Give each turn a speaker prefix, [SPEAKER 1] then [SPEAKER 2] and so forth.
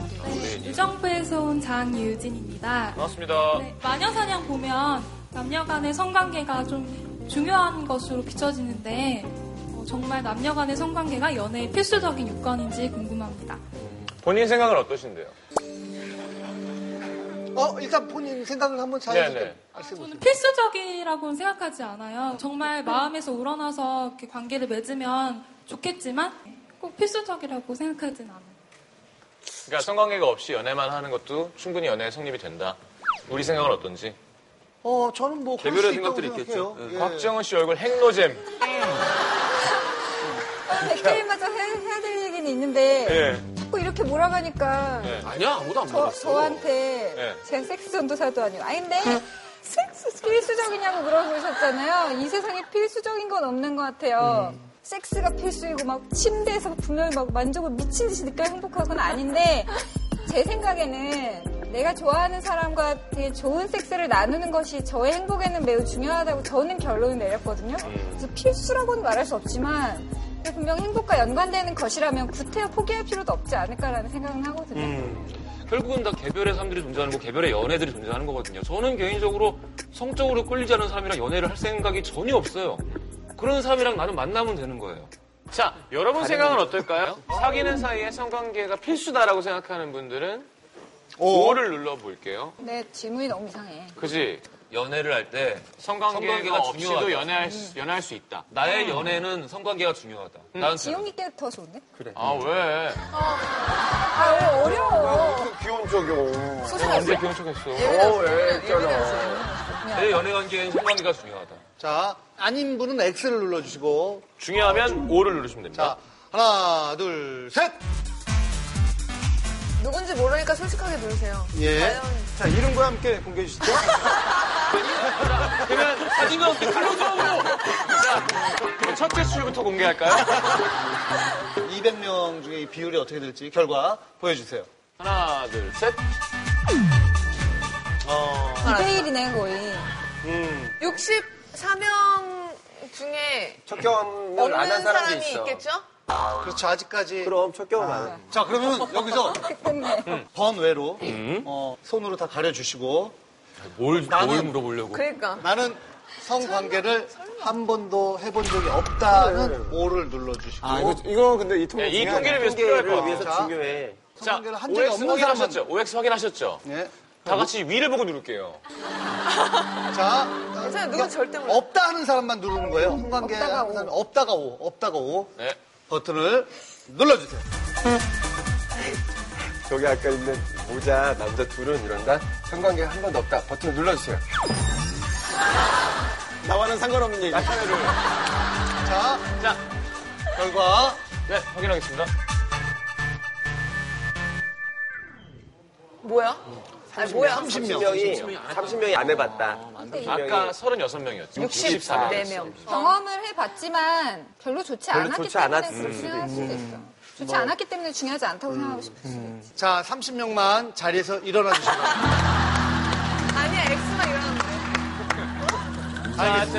[SPEAKER 1] 네. 유정부에서 온 장유진입니다.
[SPEAKER 2] 반갑습니다.
[SPEAKER 1] 네, 마녀사냥 보면 남녀 간의 성관계가 좀 중요한 것으로 비춰지는데 어, 정말 남녀 간의 성관계가 연애의 필수적인 요건인지 궁금합니다.
[SPEAKER 2] 본인 생각은 어떠신데요?
[SPEAKER 3] 어 일단 본인 생각을 한번
[SPEAKER 2] 네네.
[SPEAKER 3] 자연스럽게 말씀해보세요. 아,
[SPEAKER 1] 저는 필수적이라고는 생각하지 않아요. 정말 마음에서 우러나서 이렇게 관계를 맺으면 좋겠지만 꼭 필수적이라고 생각하진 않아요.
[SPEAKER 2] 그러니까 성관계가 없이 연애만 하는 것도 충분히 연애의 성립이 된다. 우리 생각은 어떤지?
[SPEAKER 3] 어 저는 뭐 그럴
[SPEAKER 4] 개별의
[SPEAKER 3] 수 있다고
[SPEAKER 4] 생각들이 있겠죠.
[SPEAKER 3] 생각해요. 예.
[SPEAKER 2] 네. 곽정은 씨 얼굴 핵노잼.
[SPEAKER 5] 백개일마저 아, 네, 해야 될 얘기는 있는데 자꾸 이렇게 몰아가니까
[SPEAKER 2] 네.
[SPEAKER 4] 아니야, 아무도 안
[SPEAKER 5] 저,
[SPEAKER 4] 물어봤어. 예.
[SPEAKER 5] 저한테
[SPEAKER 2] 네.
[SPEAKER 5] 제가 섹스 전도사도 아니고 아 근데 섹스 필수적이냐고 물어보셨잖아요. 이 세상에 필수적인 건 없는 것 같아요.
[SPEAKER 4] 음.
[SPEAKER 5] 섹스가 필수이고 막 침대에서 분명히 막 만족을 미친 듯이 느껴야 행복한 건 아닌데 제 생각에는 내가 좋아하는 사람과 되게 좋은 섹스를 나누는 것이 저의 행복에는 매우 중요하다고 저는 결론을 내렸거든요.
[SPEAKER 4] 음.
[SPEAKER 5] 그래서 필수라고는 말할 수 없지만 분명 행복과 연관되는 것이라면 구태여 포기할 필요도 없지 않을까라는 생각은 하거든요.
[SPEAKER 4] 음, 결국은 다 개별의 사람들이 존재하는 거, 개별의 연애들이 존재하는 거거든요. 저는 개인적으로 성적으로 끌리지 않은 사람이랑 연애를 할 생각이 전혀 없어요. 그런 사람이랑 나는 만나면 되는 거예요.
[SPEAKER 2] 자, 여러분 생각은 어떨까요? 사귀는 사이에 성관계가 필수다라고 생각하는 분들은 5를 눌러볼게요.
[SPEAKER 5] 내 질문이 너무 이상해.
[SPEAKER 2] 그지?
[SPEAKER 4] 연애를 할 때
[SPEAKER 2] 성관계가,
[SPEAKER 4] 성관계가
[SPEAKER 2] 없이도
[SPEAKER 4] 중요하다.
[SPEAKER 2] 연애할 음. 수, 연애할 수 있다.
[SPEAKER 4] 나의 연애는 성관계가 중요하다.
[SPEAKER 2] 음.
[SPEAKER 4] 나는
[SPEAKER 5] 지용 있게 더 좋은데?
[SPEAKER 2] 아, 왜?
[SPEAKER 5] 아, 어려워.
[SPEAKER 6] 귀여운 쪽이요.
[SPEAKER 2] 언제 기운 척했어?
[SPEAKER 3] 네.
[SPEAKER 6] 어, 예, 있잖아.
[SPEAKER 4] 내 연애 관계엔 성관계가 중요하다.
[SPEAKER 3] 자 아닌 분은 X를 눌러주시고
[SPEAKER 2] 중요하면 5를 누르시면 됩니다.
[SPEAKER 3] 자 하나 둘 셋.
[SPEAKER 7] 누군지 모르니까 솔직하게 누르세요.
[SPEAKER 3] 예.
[SPEAKER 6] 자, 이름과 함께 공개해 주시죠.
[SPEAKER 2] 그러면 사진과 함께 칼로 들어오고! 자, 첫째 줄부터 공개할까요?
[SPEAKER 3] 200명 중에 이 비율이 어떻게 될지 결과 보여주세요.
[SPEAKER 2] 하나, 둘, 셋.
[SPEAKER 5] 2대1이네, 거의.
[SPEAKER 6] 음.
[SPEAKER 7] 64명 중에
[SPEAKER 6] 첫 경험을 안
[SPEAKER 7] 없는
[SPEAKER 6] 한 어, 사람도
[SPEAKER 7] 사람이
[SPEAKER 6] 있어.
[SPEAKER 7] 있겠죠?
[SPEAKER 3] 그렇죠 아직까지.
[SPEAKER 6] 그럼 첫 경험 안 한.
[SPEAKER 3] 자 그러면 여기서
[SPEAKER 5] 했네.
[SPEAKER 3] 번외로 어, 손으로 다 가려주시고
[SPEAKER 4] 뭘, 뭘
[SPEAKER 3] 나는-
[SPEAKER 4] 물어보려고.
[SPEAKER 7] 그러니까.
[SPEAKER 3] 나는 성관계를 한 번도 해본 적이 없다는 오를 눌러주시고
[SPEAKER 6] 아, 이거, 이거 근데 이 통계.
[SPEAKER 2] 네, 이
[SPEAKER 6] 중요하네.
[SPEAKER 2] 통계를 위해서 필요할 것 같아.
[SPEAKER 6] 위해서
[SPEAKER 3] 자.
[SPEAKER 6] 중요해.
[SPEAKER 2] 자,
[SPEAKER 3] 성관계를 한 적이
[SPEAKER 2] OX
[SPEAKER 3] 없는 사람은-
[SPEAKER 2] 확인하셨죠? OX 확인하셨죠?
[SPEAKER 3] 예.
[SPEAKER 2] 다 같이 위를 보고 누를게요.
[SPEAKER 3] 자,
[SPEAKER 7] 괜찮아요.
[SPEAKER 5] 그러니까
[SPEAKER 7] 누군 절대 몰라.
[SPEAKER 3] 없다 하는 사람만 누르는 거예요. 성관계
[SPEAKER 5] 없다가
[SPEAKER 3] 하는
[SPEAKER 5] 오.
[SPEAKER 3] 사람 없다가 오, 없다가 오
[SPEAKER 2] 네.
[SPEAKER 3] 버튼을 눌러주세요.
[SPEAKER 6] 저기 아까 있는 모자 남자 둘은 이런다. 성관계 한 번도 없다. 버튼 눌러주세요. 나와는 상관없는 얘기.
[SPEAKER 3] 자,
[SPEAKER 2] 자,
[SPEAKER 3] 결과
[SPEAKER 2] 네, 확인하겠습니다.
[SPEAKER 7] 뭐야? 아니, 뭐야?
[SPEAKER 6] 30명이 30명이 안 해봤다.
[SPEAKER 3] 예,
[SPEAKER 2] 아까 36명이었죠. 64명.
[SPEAKER 7] 64명.
[SPEAKER 5] 경험을 해봤지만 별로 좋지
[SPEAKER 6] 별로
[SPEAKER 5] 않았기
[SPEAKER 6] 좋지 음. 뭐.
[SPEAKER 5] 때문에
[SPEAKER 6] 않았을
[SPEAKER 5] 그렇게
[SPEAKER 6] 수도
[SPEAKER 5] 생각할 수도 있어. 좋지 않았기 때문에 중요하지 않다고 생각하고 싶어.
[SPEAKER 6] 음.
[SPEAKER 3] 자 30명만 자리에서 일어나 주시고
[SPEAKER 7] 아니야, X만 일어났는데.
[SPEAKER 2] 자, 하여튼